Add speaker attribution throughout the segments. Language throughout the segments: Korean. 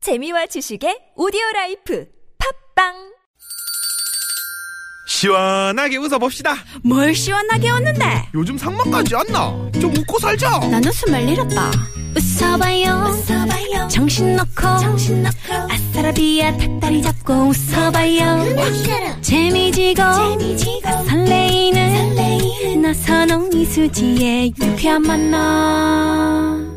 Speaker 1: 재미와 지식의 오디오 라이프 팝빵
Speaker 2: 시원하게 웃어봅시다.
Speaker 3: 뭘 시원하게 웃는데
Speaker 2: 요즘 상만까지 안 나. 좀 웃고 살자.
Speaker 3: 난 웃음을 잃었다 웃어봐요, 웃어봐요. 정신 놓고 아싸라비아 닭다리 잡고 웃어봐요 재미지고, 설레이는, 나선홍 이수지의 유쾌한 만남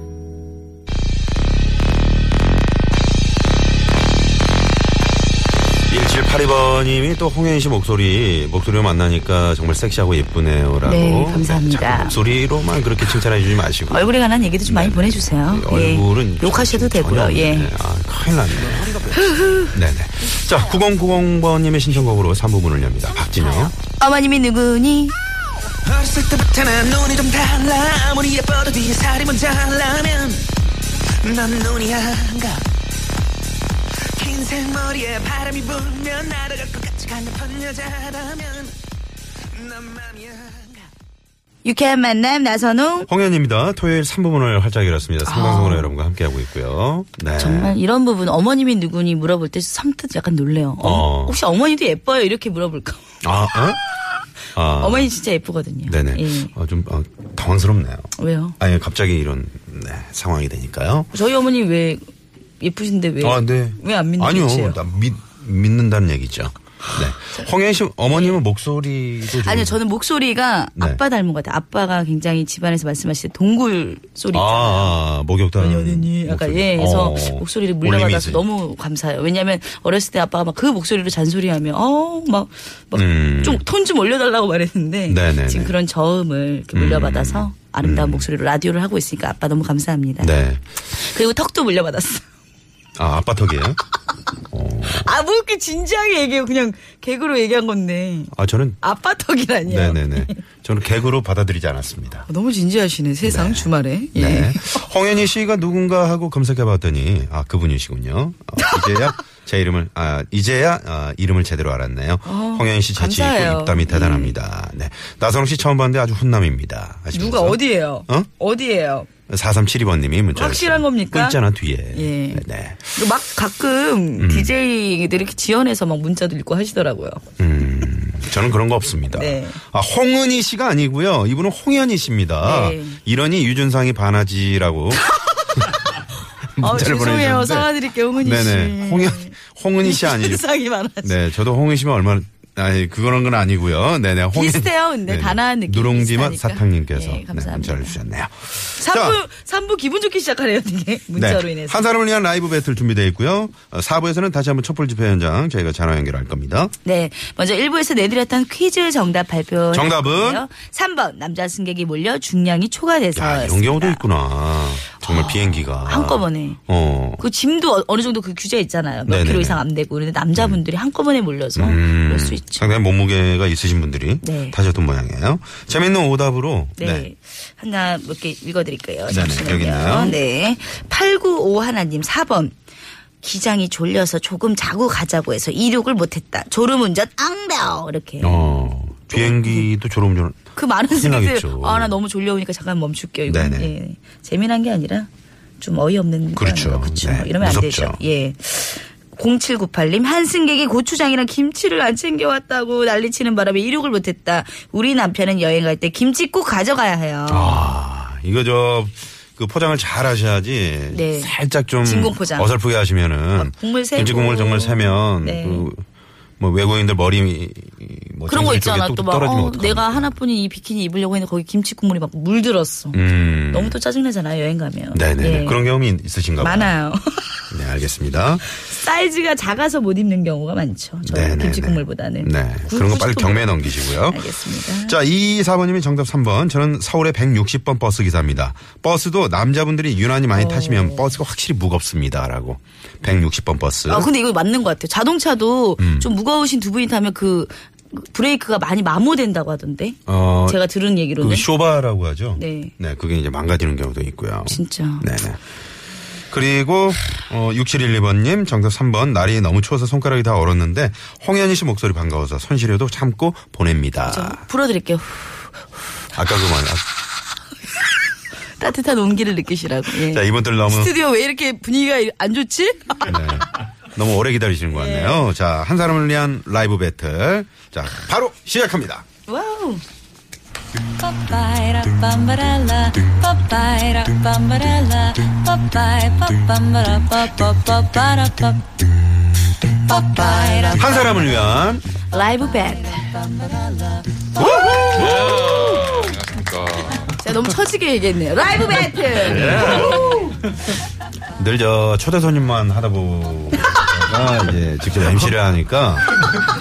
Speaker 4: 일7 8 2번님이 또 홍현 씨 목소리 목소리로 만나니까 정말 섹시하고 예쁘네요라고.
Speaker 5: 네, 감사합니다.
Speaker 4: 자꾸 목소리로만 그렇게 칭찬해 주지 마시고.
Speaker 5: 얼굴에 관한 얘기도 좀 많이 보내주세요. 예.
Speaker 4: 얼굴은
Speaker 5: 욕하셔도
Speaker 4: 전혀
Speaker 5: 되고요.
Speaker 4: 없는데.
Speaker 5: 예.
Speaker 4: 아, 큰일 났네. 네네. 자, 9090번님의 신청곡으로 3부분을 엽니다. 박진영.
Speaker 5: 어머님이 누구니?
Speaker 6: 어렸을 때부터 난 눈이 좀 달라 아무리 예뻐도 뒤에 살이 먼 잘라면 난 눈이 안가 긴 생머리에 바람이 불면 날아갈 것 같이 가냘픈 여자라면 난 맘이 안가
Speaker 5: 유쾌한 만남 나선홍.
Speaker 4: 홍현입니다. 토요일 3부분을 활짝 열었습니다. 생방송으로 여러분과 함께하고 있고요. 네.
Speaker 5: 아. 정말 이런 부분 어머님이 누구니 물어볼 때 섬뜩 약간 놀래요. 어,
Speaker 4: 어.
Speaker 5: 혹시 어머니도 예뻐요? 이렇게 물어볼까?
Speaker 4: 아, 어? 아.
Speaker 5: 어머니 진짜 예쁘거든요.
Speaker 4: 네네.
Speaker 5: 예.
Speaker 4: 아, 좀 아, 당황스럽네요.
Speaker 5: 왜요?
Speaker 4: 아니, 갑자기 이런 네, 상황이 되니까요.
Speaker 5: 저희 어머니 왜 예쁘신데 왜?
Speaker 4: 아, 네.
Speaker 5: 왜안 믿는
Speaker 4: 아니요.
Speaker 5: 거예요?
Speaker 4: 나 믿, 믿는다는 얘기죠. 네. 홍현 씨 어머님은 목소리도 좀
Speaker 5: 예. 아니요, 저는 목소리가
Speaker 4: 네.
Speaker 5: 아빠 닮은 것 같아요. 아빠가 굉장히 집안에서 말씀하실 때 동굴 소리 있잖아요.
Speaker 4: 아, 아, 목욕탕
Speaker 5: 연예인이 약간
Speaker 4: 목소리.
Speaker 5: 예 그래서
Speaker 4: 어.
Speaker 5: 목소리를
Speaker 4: 울림이
Speaker 5: 물려받아서
Speaker 4: 있으니.
Speaker 5: 너무 감사해요 왜냐하면 어렸을 때 아빠가 막 그 목소리로 잔소리하면 어,
Speaker 4: 음.
Speaker 5: 어막막좀톤 좀 올려달라고 말했는데
Speaker 4: 네네네.
Speaker 5: 지금 그런 저음을 이렇게 물려받아서 아름다운 목소리로 라디오를 하고 있으니까 아빠 너무 감사합니다
Speaker 4: 네.
Speaker 5: 그리고 턱도 물려받았어
Speaker 4: 아, 아빠 턱이에요?
Speaker 5: 아 뭐 이렇게 진지하게 얘기해요 그냥 개그로 얘기한 건데
Speaker 4: 아, 저는
Speaker 5: 아빠 턱이라니요 어,
Speaker 4: 네, 네, 네. 저는 개그로 받아들이지 않았습니다.
Speaker 5: 너무 진지하시네 세상
Speaker 4: 네.
Speaker 5: 주말에 예.
Speaker 4: 네. 홍현희 씨가 누군가 하고 검색해 봤더니 아, 그분이시군요. 어, 이제야 제 이름을 아, 이제야 아, 이름을 제대로 알았네요. 홍현희 씨 자치
Speaker 5: 어, 감사해요. 예.
Speaker 4: 있고 입담이 대단합니다. 네. 나선홍 씨 처음 봤는데 아주 훈남입니다. 하시면서.
Speaker 5: 누가 어디예요
Speaker 4: 어?
Speaker 5: 어디예요
Speaker 4: 4372번님이 문자
Speaker 5: 확실한 겁니까?
Speaker 4: 있잖아 뒤에.
Speaker 5: 예.
Speaker 4: 네.
Speaker 5: 그리고 막 가끔 DJ들이 이렇게 지연해서 막 문자도 읽고 하시더라고요.
Speaker 4: 음, 저는 그런 거 없습니다.
Speaker 5: 네.
Speaker 4: 아, 홍은희 씨가 아니고요. 이분은 홍현희 씨입니다.
Speaker 5: 네.
Speaker 4: 이러니 유준상이 반하지라고.
Speaker 5: 아,
Speaker 4: 문자를
Speaker 5: 죄송해요.
Speaker 4: 보내주셨는데.
Speaker 5: 사과드릴게요, 홍은희
Speaker 4: 네네.
Speaker 5: 씨.
Speaker 4: 홍현, 홍은희 씨 아니죠.
Speaker 5: 세상이 많아.
Speaker 4: 네, 저도 홍은희 씨만 얼마나 아니 그거는 건 아니고요. 네네. 홍
Speaker 5: 비슷해요, 근데 단아한 느낌이
Speaker 4: 누룽지맛
Speaker 5: 비슷하니까.
Speaker 4: 사탕님께서
Speaker 5: 네, 감사합니다.
Speaker 4: 문자를 주셨네요.
Speaker 5: 3부, 삼부 기분 좋게 시작하네요, 되게. 문자로
Speaker 4: 네.
Speaker 5: 인해서.
Speaker 4: 한 사람을 위한 라이브 배틀 준비되어 있고요. 4부에서는 다시 한번 촛불 집회 현장 저희가 전화 연결할 겁니다.
Speaker 5: 네. 먼저 1부에서 내드렸던 퀴즈 정답 발표.
Speaker 4: 정답은?
Speaker 5: 3번. 남자 승객이 몰려 중량이 초과돼서. 아,
Speaker 4: 야, 이런 경우도 있구나. 정말 비행기가
Speaker 5: 한꺼번에.
Speaker 4: 어.
Speaker 5: 그 짐도 어- 어느 정도 그 규제 있잖아요. 몇
Speaker 4: 네네네.
Speaker 5: 킬로 이상 안 되고. 그런데 남자분들이 한꺼번에 몰려서
Speaker 4: 음,
Speaker 5: 그럴 수 있죠.
Speaker 4: 상당히 몸무게가 있으신 분들이
Speaker 5: 네.
Speaker 4: 타셨던 모양이에요. 재밌는 오답으로
Speaker 5: 네. 하나 몇 개 읽어드릴게요.
Speaker 4: 네네,
Speaker 5: 잠시만요.
Speaker 4: 여기 있네요.
Speaker 5: 네. 895 하나님 4번. 기장이 졸려서 조금 자고 가자고 해서 이륙을 못했다. 졸음운전 앙벼 이렇게.
Speaker 4: 어, 비행기도 졸음졸음.
Speaker 5: 그 많은
Speaker 4: 큰일
Speaker 5: 승객들
Speaker 4: 나겠죠.
Speaker 5: 아 나 너무 졸려오니까 잠깐 멈출게요. 이건
Speaker 4: 네네.
Speaker 5: 예. 재미난 게 아니라 좀 어이없는
Speaker 4: 그렇죠.
Speaker 5: 거니까. 그렇죠.
Speaker 4: 네,
Speaker 5: 이러면
Speaker 4: 무섭죠.
Speaker 5: 안 되죠. 예. 0798님 한 승객이 고추장이랑 김치를 안 챙겨왔다고 난리치는 바람에 이륙을 못했다. 우리 남편은 여행 갈 때 김치 꼭 가져가야 해요.
Speaker 4: 아, 이거 저, 그 포장을 잘 하셔야지.
Speaker 5: 네.
Speaker 4: 살짝 좀.
Speaker 5: 진공 포장.
Speaker 4: 어설프게 하면은.
Speaker 5: 막 국물 새고.
Speaker 4: 김치 국물 정말 새면.
Speaker 5: 네.
Speaker 4: 그, 뭐 외국인들 머리. 뭐
Speaker 5: 그런 거
Speaker 4: 정수리 쪽에
Speaker 5: 있잖아.
Speaker 4: 뚝뚝
Speaker 5: 또 막,
Speaker 4: 떨어지면
Speaker 5: 어,
Speaker 4: 어떡합니까?
Speaker 5: 내가 하나뿐인 이 비키니 입으려고 했는데 거기 김치 국물이 막 물들었어.
Speaker 4: 음.
Speaker 5: 너무 또 짜증나잖아요, 여행 가면.
Speaker 4: 네네.
Speaker 5: 예.
Speaker 4: 그런 경험이 있으신가 봐요.
Speaker 5: 많아요.
Speaker 4: 네, 알겠습니다.
Speaker 5: 사이즈가 작아서 못 입는 경우가 많죠. 저는
Speaker 4: 네네네.
Speaker 5: 김치 국물보다는.
Speaker 4: 네.
Speaker 5: 구-
Speaker 4: 그런 거
Speaker 5: 굳이
Speaker 4: 빨리
Speaker 5: 또
Speaker 4: 경매에
Speaker 5: 먹-
Speaker 4: 넘기시고요.
Speaker 5: 알겠습니다.
Speaker 4: 자, 이 사모님이 정답 3번. 저는 서울의 160번 버스 기사입니다. 버스도 남자분들이 유난히
Speaker 5: 어.
Speaker 4: 많이 타시면 버스가 확실히 무겁습니다. 라고. 160번 버스.
Speaker 5: 아, 근데 이거 맞는 것 같아요. 자동차도
Speaker 4: 음.
Speaker 5: 좀 무거우신 두 분이 타면 그 브레이크가 많이 마모된다고 하던데.
Speaker 4: 어,
Speaker 5: 제가 들은 얘기로는.
Speaker 4: 그 쇼바라고 하죠.
Speaker 5: 네.
Speaker 4: 그게 이제 망가지는 경우도 있고요.
Speaker 5: 진짜.
Speaker 4: 네네. 그리고 어 6712번님 정답 3번 날이 너무 추워서 손가락이 다 얼었는데 홍현희 씨 목소리 반가워서 손시려도 참고 보냅니다. 아,
Speaker 5: 저 풀어드릴게요.
Speaker 4: 아까 그만
Speaker 5: 따뜻한 온기를 느끼시라고. 예.
Speaker 4: 자, 이분들 너무
Speaker 5: 스튜디오 왜 이렇게 분위기가 안 좋지?
Speaker 4: 네. 너무 오래 기다리시는 것 같네요. 자, 한 사람을 위한 라이브 배틀. 자, 바로 시작합니다.
Speaker 5: 와우.
Speaker 4: 한 사람을 위한
Speaker 5: 라이브 밴.
Speaker 4: 네,
Speaker 7: 안녕하십니까.
Speaker 5: 제가 너무 처지게 얘기했네요. 라이브 배틀.
Speaker 4: 늘 저 초대 손님만 하다 보니까 이제 직접 MC를 하니까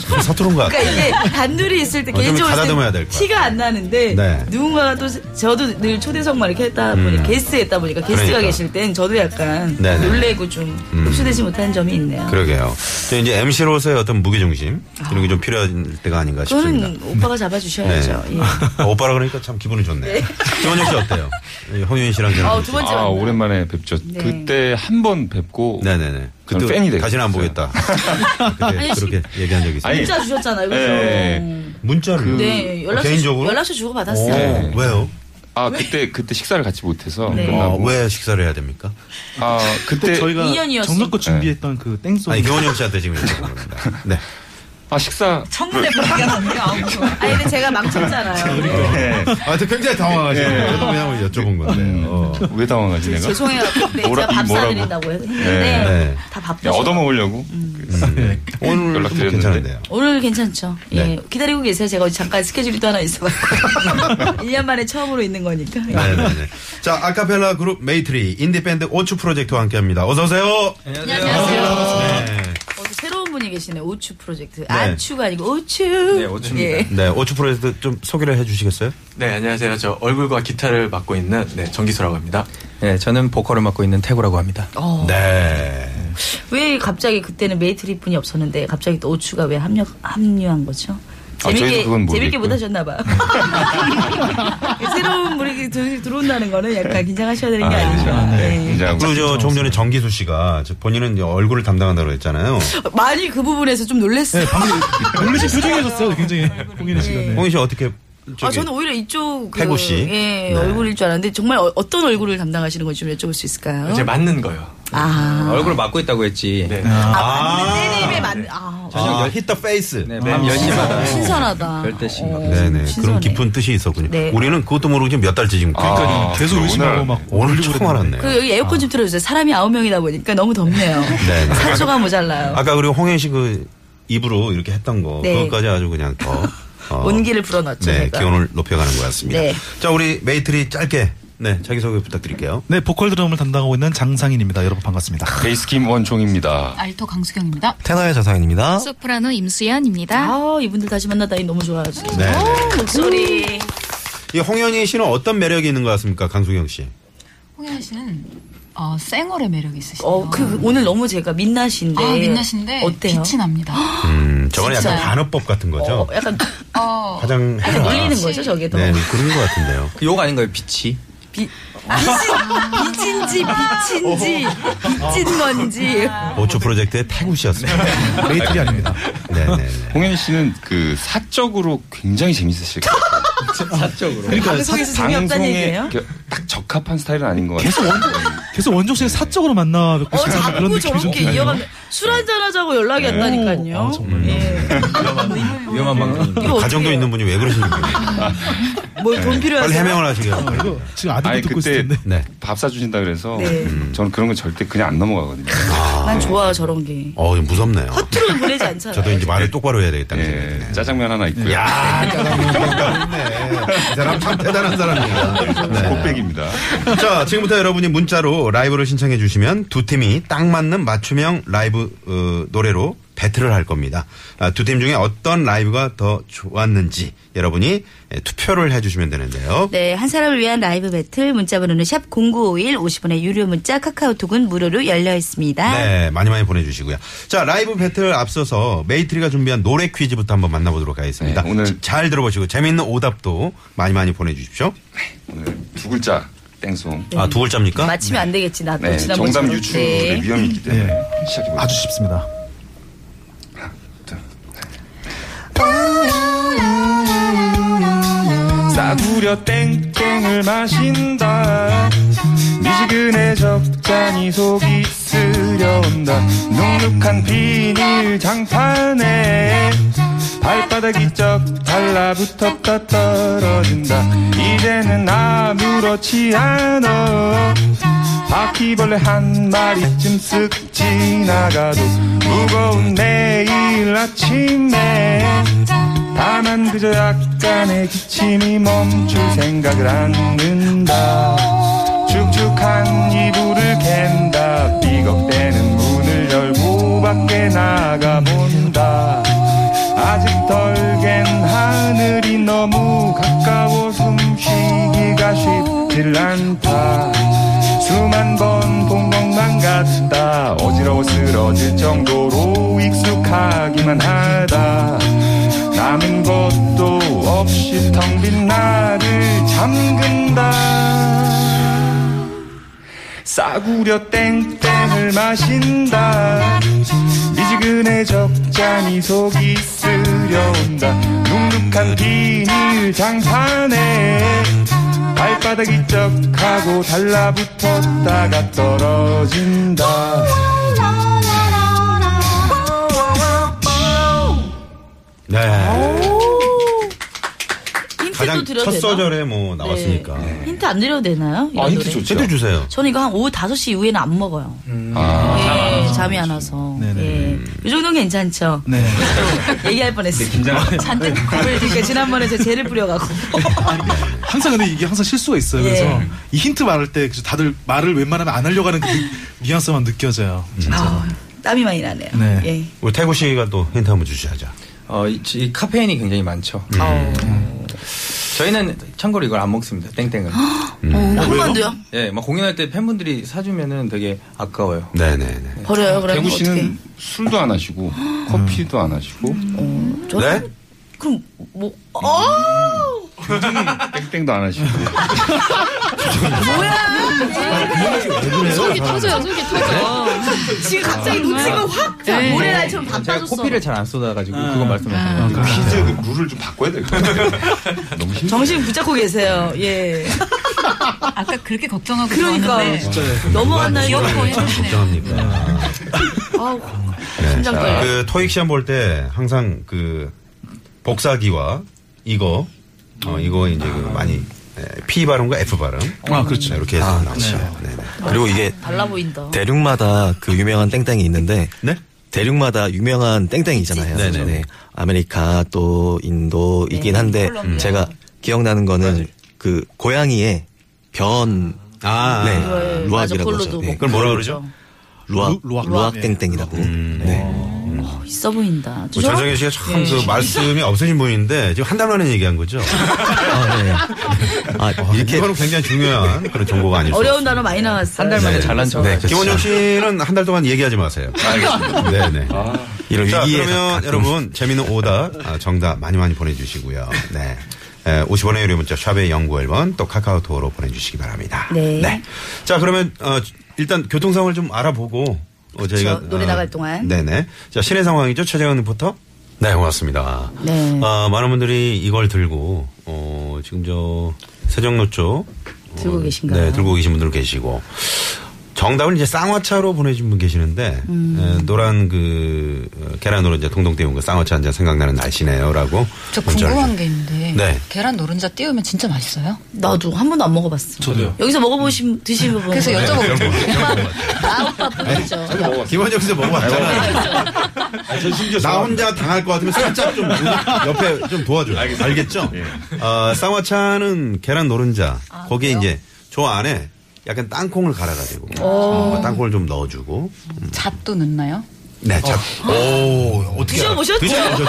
Speaker 4: 참 서투른 것 같아요.
Speaker 5: 그러니까 이게 단둘이 있을 때
Speaker 4: 어, 좀
Speaker 5: 개인적으로
Speaker 4: 가다듬어야
Speaker 5: 있을 때
Speaker 4: 될것 같아요.
Speaker 5: 티가 안 나는데
Speaker 4: 네. 음.
Speaker 5: 누군가가 또 저도 늘 초대석만 이렇게 했다 보니 게스트 했다 보니까 게스트가
Speaker 4: 그러니까.
Speaker 5: 계실 땐 저도 약간
Speaker 4: 네네. 음.
Speaker 5: 놀래고 좀 흡수되지 못한 점이 있네요.
Speaker 4: 그러게요. 저 이제 MC로서의 어떤 무게중심 이런 게 좀 필요할 때가 아닌가 싶습니다.
Speaker 5: 저는 오빠가 잡아주셔야죠. 예.
Speaker 4: 아, 오빠라 그러니까 참 기분이 좋네. 김원혁 씨 어때요? 이 홍윤 씨랑 저랑.
Speaker 5: 아, 두 번째
Speaker 7: 아,
Speaker 5: 만남. 네.
Speaker 7: 오랜만에 뵙죠. 그때 한 번 뵙고.
Speaker 4: 네네네.
Speaker 7: 저는 팬이 되겠어요.
Speaker 4: 다시는 안 보겠다. 그때 그렇게 얘기한 적이 있어요.
Speaker 7: 아니,
Speaker 5: 문자 주셨잖아요. 그죠? 음.
Speaker 7: 예,
Speaker 4: 문자를
Speaker 5: 네, 연락처,
Speaker 4: 개인적으로.
Speaker 5: 연락처 주고 받았어요.
Speaker 7: 네.
Speaker 4: 오, 왜요?
Speaker 7: 아, 그때, 그때 식사를 같이 못해서.
Speaker 5: 네.
Speaker 4: 아,
Speaker 8: 어,
Speaker 7: 끝나고.
Speaker 4: 왜 식사를 해야 됩니까?
Speaker 8: 뭐,
Speaker 7: 아, 그때.
Speaker 5: 이 년이었어.
Speaker 8: 정성껏 준비했던 그 땡송.
Speaker 4: 아니 김원영 씨한테 지금 얘기하는 겁니다. 네.
Speaker 7: 아, 식사.
Speaker 5: 청문회 분위기였는데 아니 근데 제가 망쳤잖아요.
Speaker 7: 네.
Speaker 4: 아무튼 굉장히 당황하시네요. 저도 그냥 한번 여쭤본 건데. 어.
Speaker 7: 왜 당황하지, 내가?
Speaker 5: 죄송해요. 근데
Speaker 7: 뭐라-
Speaker 5: 제가 밥
Speaker 7: 뭐라고?
Speaker 5: 사드린다고
Speaker 7: 네.
Speaker 5: 했는데
Speaker 4: 네.
Speaker 5: 다
Speaker 7: 야,
Speaker 5: 바쁘죠.
Speaker 7: 얻어먹으려고.
Speaker 5: 음,
Speaker 4: 오늘 뭐
Speaker 7: 연락드렸는데.
Speaker 4: 괜찮은데요.
Speaker 5: 오늘 괜찮죠?
Speaker 7: 네.
Speaker 5: 예. 기다리고 계세요. 제가 잠깐 스케줄이 또 하나 있어가지고. 1년 만에 처음으로 있는 거니까. 예.
Speaker 4: 네네네. 자 아카펠라 그룹 메이트리 인디밴드 오츠 프로젝트와 함께합니다. 어서 오세요.
Speaker 5: 네. 안녕하세요.
Speaker 4: 네.
Speaker 5: 어, 또 새로운 분이 계시네. 오추 프로젝트. 아추가 아니고 오추.
Speaker 9: 네, 오추입니다.
Speaker 5: 예.
Speaker 4: 네 오츠 프로젝트 좀 소개를 해주시겠어요?
Speaker 9: 네, 안녕하세요. 저 얼굴과 기타를 맡고 있는 네, 정기수라고 합니다.
Speaker 8: 네, 저는 보컬을 맡고 있는 태고라고 합니다.
Speaker 5: 어.
Speaker 4: 네.
Speaker 5: 왜 갑자기 그때는 메이트리 분이 없었는데 갑자기 또 오추가 왜 합력, 합류한 거죠?
Speaker 7: 아, 저희도
Speaker 5: 재밌게,
Speaker 7: 그건
Speaker 5: 재밌게
Speaker 7: 모르겠고요.
Speaker 5: 못하셨나봐요. 새로운 분이 들- 들어온다는 거는 약간 긴장하셔야 되는 게
Speaker 7: 아,
Speaker 5: 아닌가. 예.
Speaker 7: 긴장하고.
Speaker 4: 그리고 저 조금 전에 정기수 씨가 저 본인은 이제 얼굴을 담당한다고 했잖아요.
Speaker 5: 많이 그 부분에서 좀 놀랐어요.
Speaker 8: 원래 지금 표정이셨어요. 굉장히 공인의 시간에.
Speaker 4: 네. 홍희 씨 어떻게?
Speaker 5: 아,
Speaker 4: 저기-
Speaker 5: 저는 오히려 이쪽 그,
Speaker 4: 태구 씨.
Speaker 5: 예,
Speaker 4: 네.
Speaker 5: 얼굴일 줄 알았는데 정말 어, 어떤 얼굴을 담당하시는 건지 좀 여쭤볼
Speaker 8: 어?
Speaker 5: 수 있을까요?
Speaker 9: 이제 맞는 거요.
Speaker 5: 아,
Speaker 8: 얼굴을 맡고 있다고 했지.
Speaker 9: 네.
Speaker 5: 내 입에 맞. 아, 어,
Speaker 4: 아, 히터 페이스.
Speaker 8: 네, 밤 10시마다.
Speaker 5: 신선하다.
Speaker 8: 절대 신박.
Speaker 5: 어,
Speaker 4: 네네.
Speaker 5: 신선해.
Speaker 4: 그런 깊은 뜻이 있었군요.
Speaker 5: 네. 아.
Speaker 4: 우리는 그것도 모르고 지금 몇 달째 지금.
Speaker 7: 그러니까요.
Speaker 8: 계속
Speaker 7: 아, 오늘-
Speaker 8: 의심하고 막.
Speaker 4: 오늘 처음 알았네요.
Speaker 5: 그 여기 에어컨 좀 틀어주세요. 사람이 아홉 명이다 보니까 너무 덥네요.
Speaker 4: 네.
Speaker 5: 산소가 모자라요.
Speaker 4: 아까 그리고 홍현 씨그 입으로 이렇게 했던 거.
Speaker 5: 네.
Speaker 4: 그것까지 아주 그냥 더. 어,
Speaker 5: 온기를 불어넣었죠.
Speaker 4: 네,
Speaker 5: 제가.
Speaker 4: 기온을 높여가는 것 같습니다.
Speaker 5: 네.
Speaker 4: 자, 우리 메이트리 짧게. 네, 자기소개 부탁드릴게요.
Speaker 8: 네, 보컬 드럼을 담당하고 있는 장상인입니다. 여러분 반갑습니다.
Speaker 10: 아,
Speaker 7: 베이스 김 원총입니다.
Speaker 11: 알토 강수경입니다.
Speaker 2: 테너의 자상입니다.
Speaker 11: 소프라노 임수연입니다.
Speaker 5: 아, 이분들 다시 만나다니 너무 좋아요. 진짜.
Speaker 4: 네. 네.
Speaker 5: 목소리.
Speaker 4: 이 홍현희 씨는 어떤 매력이 있는 것 같습니까? 강수경 씨.
Speaker 11: 홍현 씨는 어, 쌩얼의 매력이 있으시네요.
Speaker 5: 어, 그 오늘 너무 제가 민낯인데.
Speaker 11: 아, 민낯인데
Speaker 5: 어때요?
Speaker 11: 빛이 납니다.
Speaker 4: 음, 저건 약간
Speaker 5: 진짜요?
Speaker 4: 간호법 같은 거죠?
Speaker 5: 어, 약간
Speaker 11: 어,
Speaker 4: 가장 해라.
Speaker 5: 놀리는 거죠, 저게 더.
Speaker 4: 네, 그런 것 같은데요.
Speaker 8: 욕 아닌가요, 빛이?
Speaker 5: 비, 빚인, 빚인지 빚인지 빚진 건지
Speaker 4: 오초 프로젝트의 태구 씨였습니다.
Speaker 8: 메이트리 아닙니다.
Speaker 4: 네네네.
Speaker 7: 홍현 씨는 그 사적으로 굉장히 재밌으실 것 같아요.
Speaker 8: 사적으로.
Speaker 4: 그러니까
Speaker 5: 방송에서 재미없다는 얘기예요?
Speaker 7: 이렇게 딱 적합한 스타일은 아닌 것 같아요.
Speaker 8: 계속 원종 씨는 사적으로 만나 뵙고
Speaker 5: 어
Speaker 8: 싶은 그런
Speaker 5: 자꾸
Speaker 8: 느낌이 좀
Speaker 5: 저렇게
Speaker 8: 드네요.
Speaker 5: 이어가면 술 한잔 하자고 연락이
Speaker 4: 네.
Speaker 5: 왔다니까요
Speaker 8: 아, 정말요? 네.
Speaker 7: 위험한 방송입니다.
Speaker 5: 이거
Speaker 4: 어, 그 가정도
Speaker 5: 어떡해요? 아,
Speaker 4: 있는 분이 왜 그러시는 거예요?
Speaker 5: 뭘돈
Speaker 4: 빨리
Speaker 5: 필요하세요
Speaker 4: 해명을 하시길 바랍니다.
Speaker 8: 이거 지금 아들도
Speaker 7: 아니,
Speaker 8: 듣고
Speaker 7: 그때
Speaker 8: 있을 텐데.
Speaker 4: 네.
Speaker 7: 밥 사주신다 그래서
Speaker 5: 네.
Speaker 7: 음, 저는 그런 건 절대 그냥 안 넘어가거든요.
Speaker 5: 난 좋아 저런 게
Speaker 4: 어, 이거 무섭네요.
Speaker 5: 허투루 보내지 않잖아요
Speaker 4: 저도 이제 말을 똑바로 해야 되겠다는 생각이
Speaker 7: 예,
Speaker 4: 드네요.
Speaker 7: 짜장면 하나 있고요.
Speaker 4: 야, 짜장면 이 사람 참 대단한
Speaker 7: 네.
Speaker 4: 사람이에요.
Speaker 8: 네.
Speaker 7: 꽃백입니다.
Speaker 4: 자, 지금부터 여러분이 문자로 라이브를 신청해 주시면 두 팀이 딱 맞는 맞춤형 라이브 어, 노래로 배틀을 할 겁니다. 아, 두 팀 중에 어떤 라이브가 더 좋았는지 여러분이 예, 투표를 해 주시면 되는데요.
Speaker 5: 네, 한 사람을 위한 라이브 배틀 문자 번호는 샵 0951 50원의 유료 문자 카카오톡은 무료로 열려 있습니다.
Speaker 4: 네, 많이 많이 보내주시고요. 자, 라이브 배틀 앞서서 메이트리가 준비한 노래 퀴즈부터 한번 만나보도록 하겠습니다.
Speaker 7: 네, 오늘-
Speaker 4: 잘 들어보시고 재밌는 오답도 많이 많이 보내주십시오.
Speaker 7: 오늘 두 글자 땡송.
Speaker 4: 아, 두 글자입니까?
Speaker 5: 맞히면 안 되겠지 나또
Speaker 7: 네,
Speaker 5: 지난번
Speaker 7: 정답 유출의 위험이 있기 때문에
Speaker 12: 네.
Speaker 7: 시작해보겠습니다.
Speaker 8: 아주 쉽습니다.
Speaker 7: 싸구려
Speaker 12: 우려 땡땡을 마신다 미지근해 적잖이 속이 쓰려온다 눅눅한 비닐 장판에 발바닥이 쩍 달라붙었다 떨어진다 이제는 아무렇지 않아 바퀴벌레 한 마리쯤 쓱 지나가도 무거운 내일 아침에 다만 그저 약간의 기침이 멈출 생각을 않는다 축축한 이불을 캔다 삐걱대는 문을 열고 밖에 나가 본다 아직 덜 갠 하늘이 너무 가까워 숨쉬기가 쉽질 않다 수만 번 본 것만 같다 어지러워 쓰러질 정도로 익숙하기만 하다 남은 것도 없이 텅 빈 나를 잠근다 싸구려 땡땡을 마신다 미지근해 적잖이 속이 쓰려온다 눅눅한 비닐 장판에 발바닥이 쩍하고 달라붙었다가 떨어진다
Speaker 4: 네.
Speaker 5: 힌트도
Speaker 4: 가장
Speaker 5: 드려도
Speaker 4: 첫
Speaker 5: 되나? 네.
Speaker 4: 소절에 뭐 나왔으니까.
Speaker 5: 힌트 안 드려도 되나요? 이
Speaker 4: 아, 힌트
Speaker 5: 노래?
Speaker 4: 좋죠. 힌트 주세요.
Speaker 5: 저는 이거 한 오후 5시 이후에는 안 먹어요.
Speaker 8: 음.
Speaker 5: 예, 잠이 안 와서. 예. 이 정도는 괜찮죠?
Speaker 8: 네.
Speaker 5: 얘기할 뻔했어요.
Speaker 8: 긴장하네.
Speaker 5: 잔뜩 겁을 그러니까 지난번에 제 죄를 뿌려갖고.
Speaker 8: 항상 근데 이게 항상 실수가 있어요.
Speaker 5: 예.
Speaker 8: 그래서 이 힌트 말할 때 그래서 다들 말을 웬만하면 안 하려고 하는 그 뉘앙스만 느껴져요. 진짜.
Speaker 5: 아, 땀이 많이 나네요.
Speaker 8: 네.
Speaker 5: 예.
Speaker 4: 우리 태구 씨가 또 힌트 한번 주시죠.
Speaker 10: 어, 이, 이 카페인이 굉장히 많죠.
Speaker 8: 네.
Speaker 10: 어. 저희는 참고로 이걸 안 먹습니다. 땡땡을.
Speaker 5: 어, 한 번도요?
Speaker 10: 예, 막 공연할 때 팬분들이 사주면은 되게 아까워요.
Speaker 4: 네네네.
Speaker 5: 버려요, 그러면
Speaker 7: 대구 씨는
Speaker 5: 어떡해.
Speaker 7: 술도 안 하시고 커피도 안 하시고.
Speaker 13: 음.
Speaker 4: 네?
Speaker 5: 그럼 뭐 어!
Speaker 7: 땡땡도 안 하시고.
Speaker 13: 그러니까.
Speaker 11: 속이 터져요, 속이 터져.
Speaker 5: 지금 갑자기 눈치가 확
Speaker 11: 네.
Speaker 5: 모래날처럼
Speaker 10: 제가
Speaker 5: 바빠졌어.
Speaker 10: 코피를 잘 안 쏟아가지고
Speaker 8: 음.
Speaker 10: 그거 말씀하시는 거예요.
Speaker 7: 퀴즈 그 룰을 좀 바꿔야 될 것 같아요. 너무 힘들어.
Speaker 5: 정신 붙잡고 계세요. 예.
Speaker 11: 아까 그렇게 걱정하고
Speaker 5: 그러니까
Speaker 11: 왔는데
Speaker 5: 넘어왔나요? 아,
Speaker 11: 귀엽고 해주시네요. 아,
Speaker 4: 걱정합니까?
Speaker 5: 심장 떨려.
Speaker 4: 그 토익 시험 볼 때 항상 그 복사기와 이거 어 이거 이제 그 많이 네, P 발음과 F 발음
Speaker 8: 아, 그렇죠.
Speaker 4: 네, 이렇게 해서
Speaker 13: 아,
Speaker 4: 나오죠. 네. 네.
Speaker 13: 그리고 이게
Speaker 5: 달라 보인다.
Speaker 13: 대륙마다 그 유명한 땡땡이 있는데
Speaker 4: 네?
Speaker 13: 대륙마다 유명한 땡땡이잖아요.
Speaker 4: 네네.
Speaker 13: 네. 아메리카 또 인도이긴 한데
Speaker 5: 네, 콜롬비아.
Speaker 13: 제가 기억나는
Speaker 8: 네.
Speaker 13: 거는 그 고양이의 변
Speaker 4: 아,
Speaker 13: 네.
Speaker 5: 네,
Speaker 13: 루악이라고
Speaker 5: 맞아,
Speaker 13: 하죠.
Speaker 5: 콜로도
Speaker 13: 네.
Speaker 5: 먹고. 그걸 뭐라 그러죠?
Speaker 13: 루악,
Speaker 8: 루- 음. 루악.
Speaker 13: 루악, 땡땡이라고. 네.
Speaker 5: 어, 있어 보인다.
Speaker 4: 뭐 전정현 씨가 참
Speaker 5: 예.
Speaker 4: 그 말씀이 없으신 분인데 지금 한 달 만에 얘기한 거죠. 어,
Speaker 13: 아, 네. 아, 이렇게
Speaker 4: 이거는 굉장히 중요한 그런 정보가 아닐 수
Speaker 5: 어려운 단어 많이 나왔어요.
Speaker 10: 한 달 만에 잘난 척.
Speaker 4: 있어요. 네. 김원영 씨는 한 달 동안 얘기하지 마세요. 그렇죠. 알겠습니다. 네네.
Speaker 13: 이런
Speaker 4: 자,
Speaker 13: 위기에
Speaker 4: 그러면
Speaker 13: 가끔-
Speaker 4: 여러분 재미있는 오답 아, 정답 많이 많이 보내주시고요. 네. 50원의 유료 문자 샵의 연구 1번 또 카카오톡으로 보내주시기 바랍니다.
Speaker 5: 네.
Speaker 4: 자 그러면 어, 일단 교통 상황을 좀 알아보고 어, 저희가
Speaker 5: 그렇죠. 노래
Speaker 4: 어,
Speaker 5: 나갈 동안.
Speaker 4: 네네. 자 시내 상황이죠 최재현 리포터. 네 고맙습니다.
Speaker 5: 네.
Speaker 4: 아, 많은 분들이 이걸 들고 어, 지금 저 세종로 쪽 어,
Speaker 5: 들고 계신가요?
Speaker 4: 네 들고 계신 분들 계시고 정답은 이제 쌍화차로 보내준 분 계시는데
Speaker 5: 음.
Speaker 4: 에, 노란 그 어, 계란으로 이제 동동 띄운 거 쌍화차 한잔 생각나는 날씨네요라고.
Speaker 11: 저
Speaker 4: 문자를
Speaker 11: 궁금한
Speaker 4: 주-
Speaker 11: 게 있는데
Speaker 4: 네.
Speaker 11: 계란 노른자 띄우면 진짜 맛있어요?
Speaker 5: 나도 한 번도 안 먹어봤어.
Speaker 8: 저도요.
Speaker 5: 여기서 먹어보신 드신 분.
Speaker 11: 그래서 여쭤보고
Speaker 5: 아 오빠 뿌리죠.
Speaker 4: 김원정 씨도 먹어봤잖아. 나 혼자 당할 것 같으면 살짝 좀 옆에 좀 도와줘요. 알겠죠? 어, 쌍화차는 계란 노른자.
Speaker 5: 아,
Speaker 4: 거기에 이제 저 안에 약간 땅콩을 갈아가지고 어, 땅콩을 좀 넣어주고.
Speaker 11: 잡도 넣나요?
Speaker 4: 네, 자. 오, 어떻게. 알아?
Speaker 5: 드셔보셨죠?
Speaker 4: 드셔보셨죠?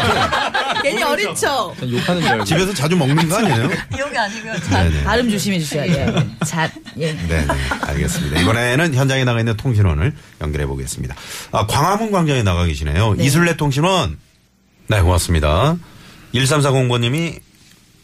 Speaker 5: 괜히 어린 척.
Speaker 8: 음.
Speaker 10: 전 욕하는 줄 알고.
Speaker 4: 집에서 자주 먹는 거 아니에요?
Speaker 11: 기억이 아니고요.
Speaker 4: 네네. 네.
Speaker 5: 발음 조심해 주셔야 돼요. 잣. 예.
Speaker 4: 네네. 알겠습니다. 이번에는 현장에 나가 있는 통신원을 연결해 보겠습니다. 아, 광화문 광장에 나가 계시네요. 이술래 통신원. 네, 고맙습니다. 1340번님이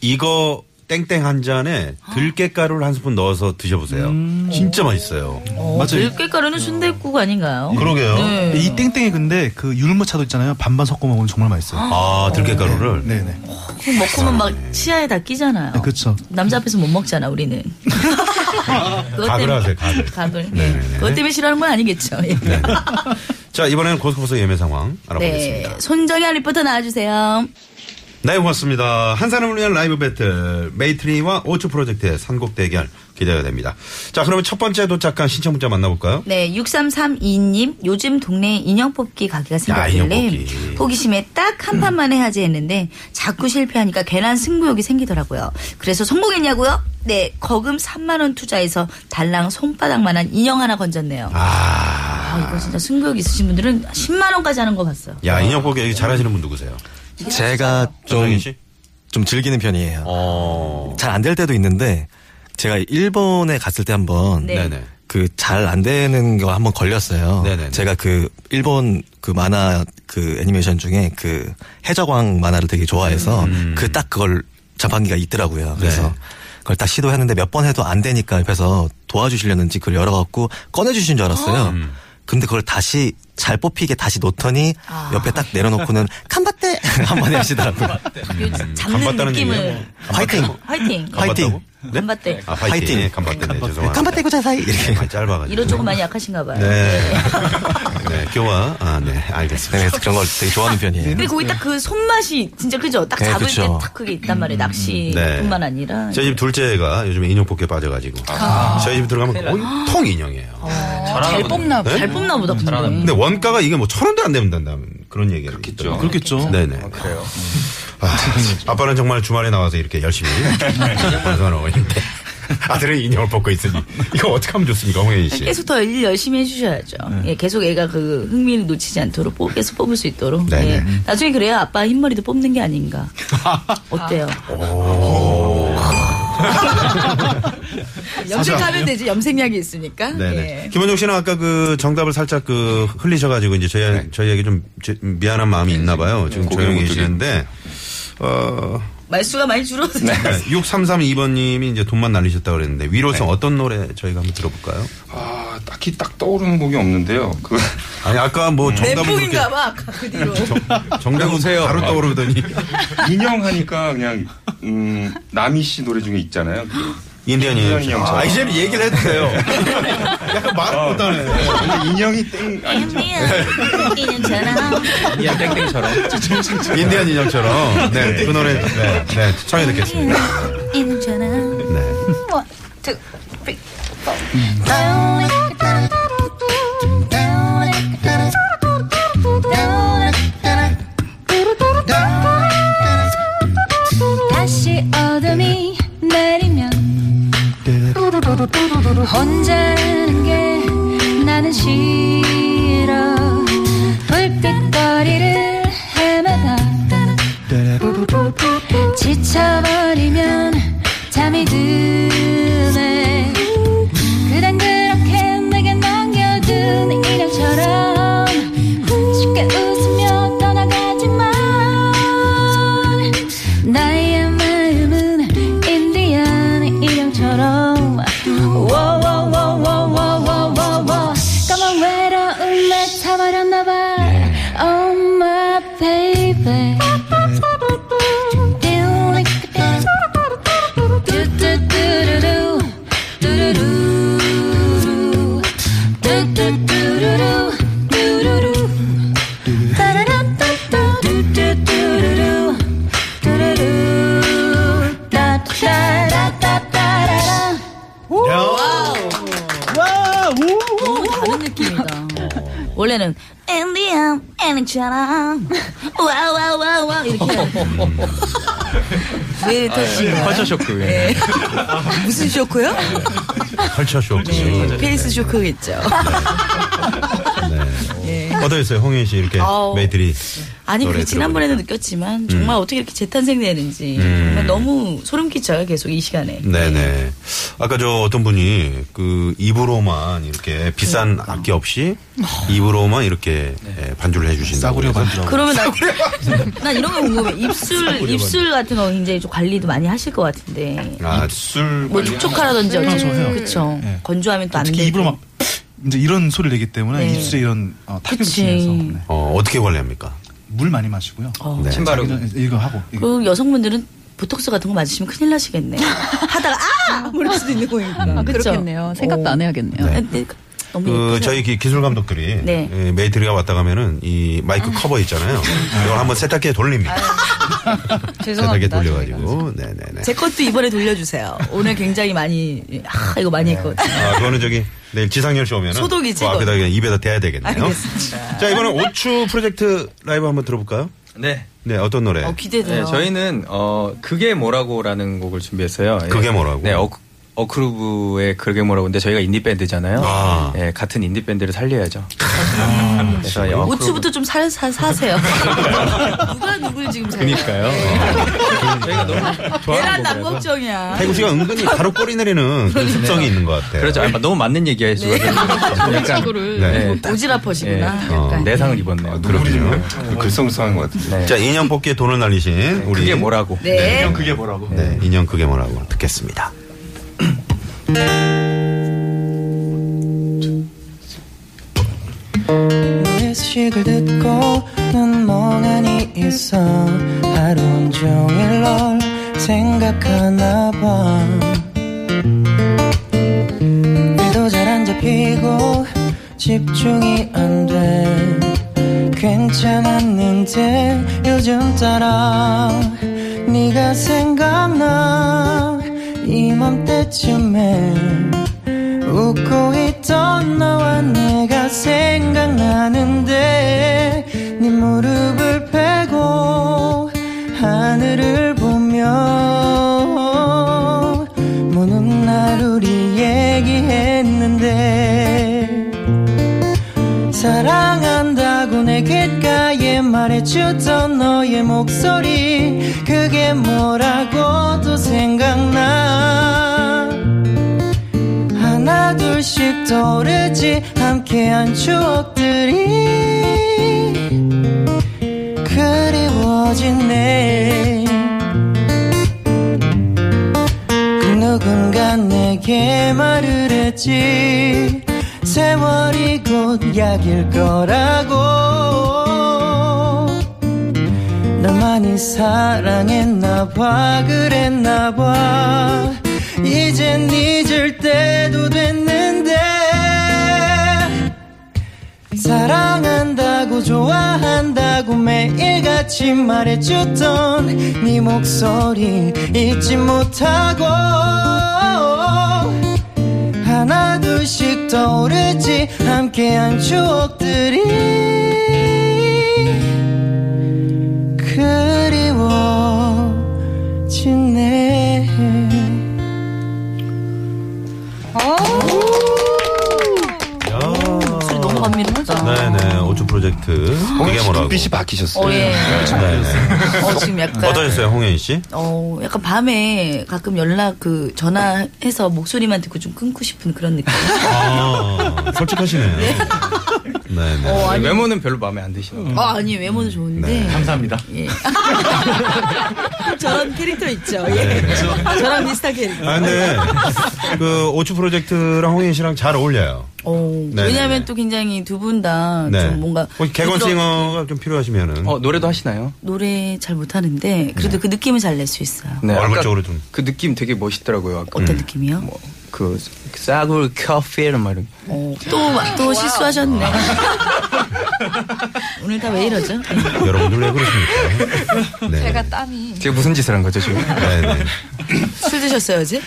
Speaker 4: 이거 땡땡 한 잔에 들깨가루를 한 스푼 넣어서 드셔보세요. 진짜 맛있어요. 어.
Speaker 5: 들깨가루는 순대국 아닌가요? 네.
Speaker 8: 이 땡땡이 근데 그 율무차도 있잖아요. 반반 섞어 먹으면 정말 맛있어요.
Speaker 4: 아, 들깨가루를?
Speaker 8: 네네.
Speaker 5: 그거 먹고면
Speaker 4: 네.
Speaker 5: 막 치아에 다 끼잖아요.
Speaker 8: 그렇죠.
Speaker 5: 남자 앞에서 못 먹잖아 우리는. 그것
Speaker 4: 가글
Speaker 5: 때문에-
Speaker 4: 하세요, 가글.
Speaker 5: 가글.
Speaker 4: 네네네. 네.
Speaker 5: 그것 때문에 싫어하는 건 아니겠죠. 예.
Speaker 4: 자, 이번에는 고스코스 예매 상황 알아보겠습니다.
Speaker 5: 네, 손정현 리포터 나와주세요.
Speaker 4: 네, 고맙습니다. 한 사람을 위한 라이브 배틀, 메이트리와 오초 프로젝트의 선곡 대결 기대가 됩니다. 자, 그러면 첫 번째 도착한 신청 문자 만나볼까요?
Speaker 5: 네, 6332님, 요즘 동네에 인형 뽑기 가게가
Speaker 4: 야,
Speaker 5: 생겼길래
Speaker 4: 아, 인형 뽑기. 음.
Speaker 5: 호기심에 딱 한 판만에 하지했는데 자꾸 실패하니까 괜한 승부욕이 생기더라고요. 그래서 성공했냐고요? 네, 거금 3만원 투자해서 달랑 손바닥만한 인형 하나 건졌네요. 아, 이거 진짜 승부욕 있으신 분들은 10만원까지 하는 거 봤어요.
Speaker 4: 야, 인형 뽑기 여기 잘하시는 분 누구세요?
Speaker 13: 제가 좀,
Speaker 4: 전성희 씨?
Speaker 13: 좀 즐기는 편이에요. 잘 안 될 때도 있는데, 제가 일본에 갔을 때 한번,
Speaker 4: 네. 네네.
Speaker 13: 그 잘 안 되는 거 한번 걸렸어요.
Speaker 8: 네,
Speaker 13: 제가 그 일본 그 만화 그 애니메이션 중에 그 해적왕 만화를 되게
Speaker 8: 음,
Speaker 13: 좋아해서
Speaker 10: 음.
Speaker 13: 그 딱 그걸 자판기가 있더라고요. 그래서
Speaker 4: 네.
Speaker 13: 그걸 딱 시도했는데 몇 번 해도 안 되니까 옆에서 도와주시려는지 그걸 열어갖고 꺼내주신 줄
Speaker 8: 아.
Speaker 13: 알았어요.
Speaker 5: 음.
Speaker 13: 근데 그걸 다시 잘 뽑히게 다시 놓더니
Speaker 5: 아.
Speaker 13: 옆에 딱 내려놓고는 칸바떼 한번 하시더라고요.
Speaker 5: 그
Speaker 4: 음,
Speaker 5: 잡는 느낌을.
Speaker 13: 화이팅!
Speaker 5: 화이팅!
Speaker 13: 화이팅!
Speaker 5: 간밭대.
Speaker 4: 아, 파이팅. 네, 간바떼. 네, 죄송합니다.
Speaker 13: 칸바떼고 자사이! 이렇게.
Speaker 4: 아, 짧아가지고.
Speaker 5: 이런 쪽은 많이 약하신가 봐요.
Speaker 4: 네. 네, 교화. 아, 네, 알겠습니다.
Speaker 13: 그래서 그런 걸 되게 좋아하는 편이에요.
Speaker 5: 근데 거기 딱 그 손맛이 진짜 그죠? 딱
Speaker 4: 네,
Speaker 5: 잡을 때
Speaker 4: 그쵸.
Speaker 5: 딱 그게 있단 말이에요.
Speaker 4: 네.
Speaker 5: 낚시뿐만 아니라.
Speaker 4: 저희 집 둘째가 요즘에 인형 뽑기에 빠져가지고. 저희 집 들어가면 거의 통 인형이에요.
Speaker 5: 잘 뽑나
Speaker 4: 네?
Speaker 5: 잘 뽑나 보다. 음. 근데.
Speaker 4: 근데 원가가 이게 뭐 천 원도 안 되면 된다는 그런 얘기가 그렇겠죠.
Speaker 8: 그렇겠죠.
Speaker 4: 네네. 그래요. 아, 빠는 정말 주말에 나와서 이렇게 열심히 방송을 하고 있는데 아들은 인형을 뽑고 있으니 이거 어떻게 하면 좋습니까, 홍혜인 씨?
Speaker 5: 계속 더 일 열심히 해주셔야죠.
Speaker 4: 네.
Speaker 5: 예, 계속 애가 그 흥미를 놓치지 않도록 뽑, 계속 뽑을 수 있도록.
Speaker 4: 네,
Speaker 5: 예.
Speaker 4: 네.
Speaker 5: 나중에 그래야 아빠 흰머리도 뽑는 게 아닌가. 어때요? 염색하면 되지. 염색약이 있으니까. 예.
Speaker 4: 네네. 김원종 씨는 아까 그 정답을 살짝 그 흘리셔가지고 이제 저희 저희에게 좀 제- 미안한 마음이 있나봐요. 지금
Speaker 7: 고개를
Speaker 4: 조용히
Speaker 7: 못
Speaker 4: 계시는데 어.
Speaker 5: 말수가 많이 줄어들죠.
Speaker 4: 네. 6332번님이 이제 돈만 날리셨다 고 그랬는데 위로성 어떤 노래 저희가 한번 들어볼까요?
Speaker 7: 아, 딱히 딱 떠오르는 곡이 없는데요. 그
Speaker 4: 아니 아까 뭐 정답은 그렇게
Speaker 5: 음. 멘붕인가 봐. 아까 그 뒤로.
Speaker 4: 정답은 바로 떠오르더니
Speaker 7: 인형 하니까 그냥 음, 남희 씨 노래 중에 있잖아요. 그
Speaker 4: 인디언
Speaker 7: 인형
Speaker 4: 인형.
Speaker 7: 인형처럼.
Speaker 4: 아 이제는 얘기를 해도 돼요. 약간 말을 못하네.
Speaker 7: 근데 인형이 땡 아니죠.
Speaker 10: 야 땡땡처럼.
Speaker 4: 인디언 인형처럼. 네, 그 노래 네, 네 청해 듣겠습니다. 네.
Speaker 3: 다시 어둠이 내리면 혼자라는 게 나는 싫어 불빛거리를 헤매다 지쳐버리면 잠이 드네 그댄 그렇게 내게 남겨둔 인형처럼 쉽게 웃으며 떠나가지만 나의 마음은 인디언 인형처럼 워워워워워워워 까만 외로움에 타버렸나봐 Oh my baby 뚜뚜뚜루루 뚜루루 뚜뚜뚜루루 뚜루루 따라라따따 뚜뚜뚜루루 뚜루루 따따라따따라라
Speaker 5: 너무 다른 느낌이다. 원래는 엔디엄 엔처럼 와와와와 이렇게 왜 터지는 거야?
Speaker 10: 컬처 쇼크. 예.
Speaker 5: 무슨 쇼크요?
Speaker 4: 네, 컬처 쇼크.
Speaker 10: 예.
Speaker 5: 페이스 쇼크겠죠.
Speaker 4: 어떠셨어요, 홍현 씨 이렇게
Speaker 5: 아우.
Speaker 4: 메이트리?
Speaker 5: 아니
Speaker 4: 노래
Speaker 5: 그
Speaker 4: 들어보니까. 음.
Speaker 5: 지난번에는 느꼈지만 정말 어떻게 이렇게 재탄생되는지 정말 너무 소름 끼쳐요 계속 이 시간에.
Speaker 4: 네네. 아까 저 어떤 분이 그 입으로만 이렇게
Speaker 8: 네.
Speaker 4: 비싼 악기 없이 입으로만 이렇게 예, 반주를 해주신다고.
Speaker 8: 아. 싸구려
Speaker 4: 아, 그래서.
Speaker 8: 반주라고.
Speaker 5: 그러면 나, 나 이런 거 궁금해. 입술,
Speaker 4: 싸구려
Speaker 5: 입술 같은 거 굉장히 좀 관리도 많이 하실 것 같은데.
Speaker 4: 아,
Speaker 8: 입술
Speaker 5: 뭐 촉촉하라든지
Speaker 8: 아,
Speaker 5: 어쩌
Speaker 8: 저
Speaker 4: 음.
Speaker 8: 해요.
Speaker 5: 그쵸.
Speaker 8: 네.
Speaker 5: 건조하면 또 안 되고.
Speaker 8: 특히 입으로 막 이제 이런 소리를 내기 때문에
Speaker 5: 네.
Speaker 8: 입술에 이런 어, 타격이
Speaker 5: 그치.
Speaker 8: 심해서
Speaker 4: 어, 어떻게 관리합니까?
Speaker 8: 물 많이 마시고요.
Speaker 5: 어.
Speaker 4: 네. 침 바르고.
Speaker 8: 자기 전에 이거 하고 이거.
Speaker 5: 그 여성분들은 보톡스 같은 거 맞으시면 큰일 나시겠네. 하다가 아! 모를 수도 있는 거니까.
Speaker 11: 아,
Speaker 5: 그쵸?
Speaker 11: 그렇겠네요. 생각도 안 해야겠네요.
Speaker 4: 음. 네.
Speaker 5: 아, 네. 너무
Speaker 4: 그
Speaker 5: 예쁘죠?
Speaker 4: 저희 기- 기술 감독들이
Speaker 5: 네.
Speaker 4: 예, 메이트리가 왔다 가면은 이 마이크 커버 있잖아요. 이걸 한번 세탁기에 돌립니다. 세탁기에
Speaker 5: 죄송합니다.
Speaker 4: 돌려가지고 네네네.
Speaker 5: 제 것도 이번에 돌려주세요. 오늘 굉장히 많이 아 이거 많이 했거든요.
Speaker 4: 아 그거는 저기 내일 지상열 씨 오면은
Speaker 5: 소독이지,
Speaker 4: 그 앞에다
Speaker 5: 그건.
Speaker 4: 그냥 입에다 대야 되겠네요.
Speaker 5: 알겠습니다.
Speaker 4: 자 이번에 오추 프로젝트 라이브 한번 들어볼까요?
Speaker 10: 네.
Speaker 4: 네 어떤 노래?
Speaker 5: 기대돼요.
Speaker 10: 네, 저희는 어 그게 뭐라고라는 곡을 준비했어요. 예.
Speaker 4: 그게 뭐라고?
Speaker 10: 네, 어, 어크루브의 그게 뭐라고인데 저희가 인디 밴드잖아요.
Speaker 4: 아.
Speaker 10: 예, 같은 인디 밴드를 살려야죠.
Speaker 8: 아,
Speaker 10: 그래서 예, 어크루브-
Speaker 5: 오츠부터 좀 사, 사, 사세요. 누가 누굴 지금 사
Speaker 10: 그러니까요. 어. 저희가 너무
Speaker 5: 계란
Speaker 10: 좋아하는 곡이라서.
Speaker 5: 남법정이야.
Speaker 4: 태구 씨가 은근히 바로 꼬리 내리는 그런 습성이 있는 것 같아요.
Speaker 10: 그렇죠. 아, 너무 맞는 얘기해서
Speaker 5: 네.
Speaker 11: 친구를
Speaker 4: 네.
Speaker 5: 오지랖퍼시구나.
Speaker 4: 어.
Speaker 10: 내상을
Speaker 7: 아,
Speaker 10: 네. 입었네요.
Speaker 4: 그렇군요.
Speaker 7: 글썽글썽한 것 같은데.
Speaker 10: 네.
Speaker 4: 자 인형 뽑기에 돈을 날리신 우리
Speaker 10: 그게 뭐라고?
Speaker 5: 네.
Speaker 8: 그냥 그게 뭐라고?
Speaker 4: 네, 인형 그게 뭐라고 듣겠습니다.
Speaker 6: 너의 소식을 듣고 난 멍하니 있어 하루 종일 널 생각하나 봐 일도 잘 안 잡히고 집중이 안 돼 괜찮았는데 요즘 따라 네가 생각나 이맘때쯤에 웃고 있던 너와 내가 생각나는데 네 무릎을 베고 하늘을 보며 무는 날 우리 얘기했는데 사랑한다고 내 귓가에 말해주던 너의 목소리 그게 뭐라고도 생각나 하나 둘씩 떠오르지 함께한 추억들이 그리워지네 그 누군가 내게 말을 했지 세월이 곧 약일 거라고 널 많이 사랑했나 봐 그랬나 봐 이젠 잊을 때도 됐는데 사랑한다고 좋아한다고 매일같이 말해주던 네 목소리 잊지 못하고 하나 둘씩 떠오르지 함께한 추억들이 그리워지네
Speaker 4: 야.
Speaker 5: 너무 감미롭죠.
Speaker 4: 네네 오초 프로젝트 그게 뭐라고?
Speaker 7: 빛이 바뀌셨어요.
Speaker 5: 어, 예.
Speaker 4: 네네. 뭐
Speaker 5: 어, 지금 약간.
Speaker 4: 어떠셨어요 홍현 씨?
Speaker 5: 어, 약간 밤에 가끔 연락 그 전화해서 목소리만 듣고 좀 끊고 싶은 그런 느낌.
Speaker 4: 아, 솔직하시네요. 네네.
Speaker 5: 어, 아니.
Speaker 10: 외모는 별로 마음에 안 드시는 거.
Speaker 5: 어, 아니, 외모는 좋은데.
Speaker 4: 네.
Speaker 8: 감사합니다.
Speaker 5: 예. 저런 캐릭터 있죠. 예. 저랑 비슷한 캐릭터.
Speaker 4: 아, 근데, 그, 오츠 프로젝트랑 홍인 씨랑 잘 어울려요.
Speaker 5: 어,
Speaker 4: 네, 네, 네.
Speaker 5: 왜냐하면 또 굉장히 두 분 다 아, 좀
Speaker 4: 네.
Speaker 5: 뭔가
Speaker 4: 혹시 개건
Speaker 5: 부드러운
Speaker 4: 싱어가 좀 필요하시면은.
Speaker 10: 어, 노래도 하시나요?
Speaker 5: 노래 잘 못하는데
Speaker 4: 네.
Speaker 5: 그래도 그 느낌을 잘 낼 수 있어요.
Speaker 4: 얼굴
Speaker 10: 네, 아까
Speaker 4: 쪽으로 좀.
Speaker 10: 그 느낌 되게 멋있더라고요. 아까.
Speaker 4: 음.
Speaker 5: 어떤 느낌이요?
Speaker 10: 뭐, 그, 싸굴 커피를 말은.
Speaker 5: 어, 또, 또 실수하셨네. 오늘 다 왜 이러죠? 네.
Speaker 4: 여러분들 왜 그러십니까? 네.
Speaker 11: 제가 땀이
Speaker 10: 제가 무슨 짓을 한 거죠, 지금?
Speaker 4: 네네.
Speaker 5: 술 드셨어요, 어제?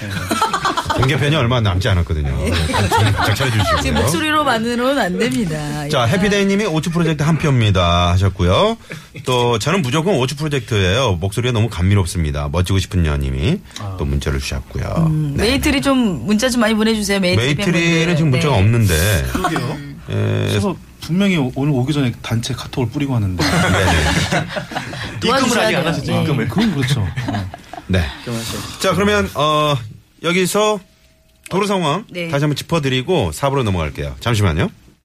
Speaker 4: 공개편이 얼마 남지 않았거든요. 잘
Speaker 5: 지금
Speaker 4: 차려주시고요.
Speaker 5: 목소리로만으로는 안 됩니다.
Speaker 4: 네. 자, 해피데이님이 오츠 프로젝트 한 표입니다 하셨고요. 또 저는 무조건 오츠 프로젝트예요. 목소리가 너무 감미롭습니다. 멋지고 싶은 여님이 또 문자를 주셨고요. 네.
Speaker 5: 음, 네, 뭐 메이트리 좀 문자 좀 많이 보내주세요. 메이트리
Speaker 4: 메이트리는
Speaker 5: 팬분들.
Speaker 4: 지금 문자가
Speaker 5: 네.
Speaker 4: 없는데. 예,
Speaker 8: 그래서
Speaker 10: 분명히 오- 오늘 오기 전에 단체 카톡을 뿌리고 왔는데.
Speaker 4: 입금을 아직 안 하셨죠, 입금을.
Speaker 10: 그건 그렇죠.
Speaker 4: 네. 자, 그러면, 어, 여기서 도로 상황
Speaker 14: 네.
Speaker 4: 다시 한번 짚어드리고 4부로 넘어갈게요. 잠시만요.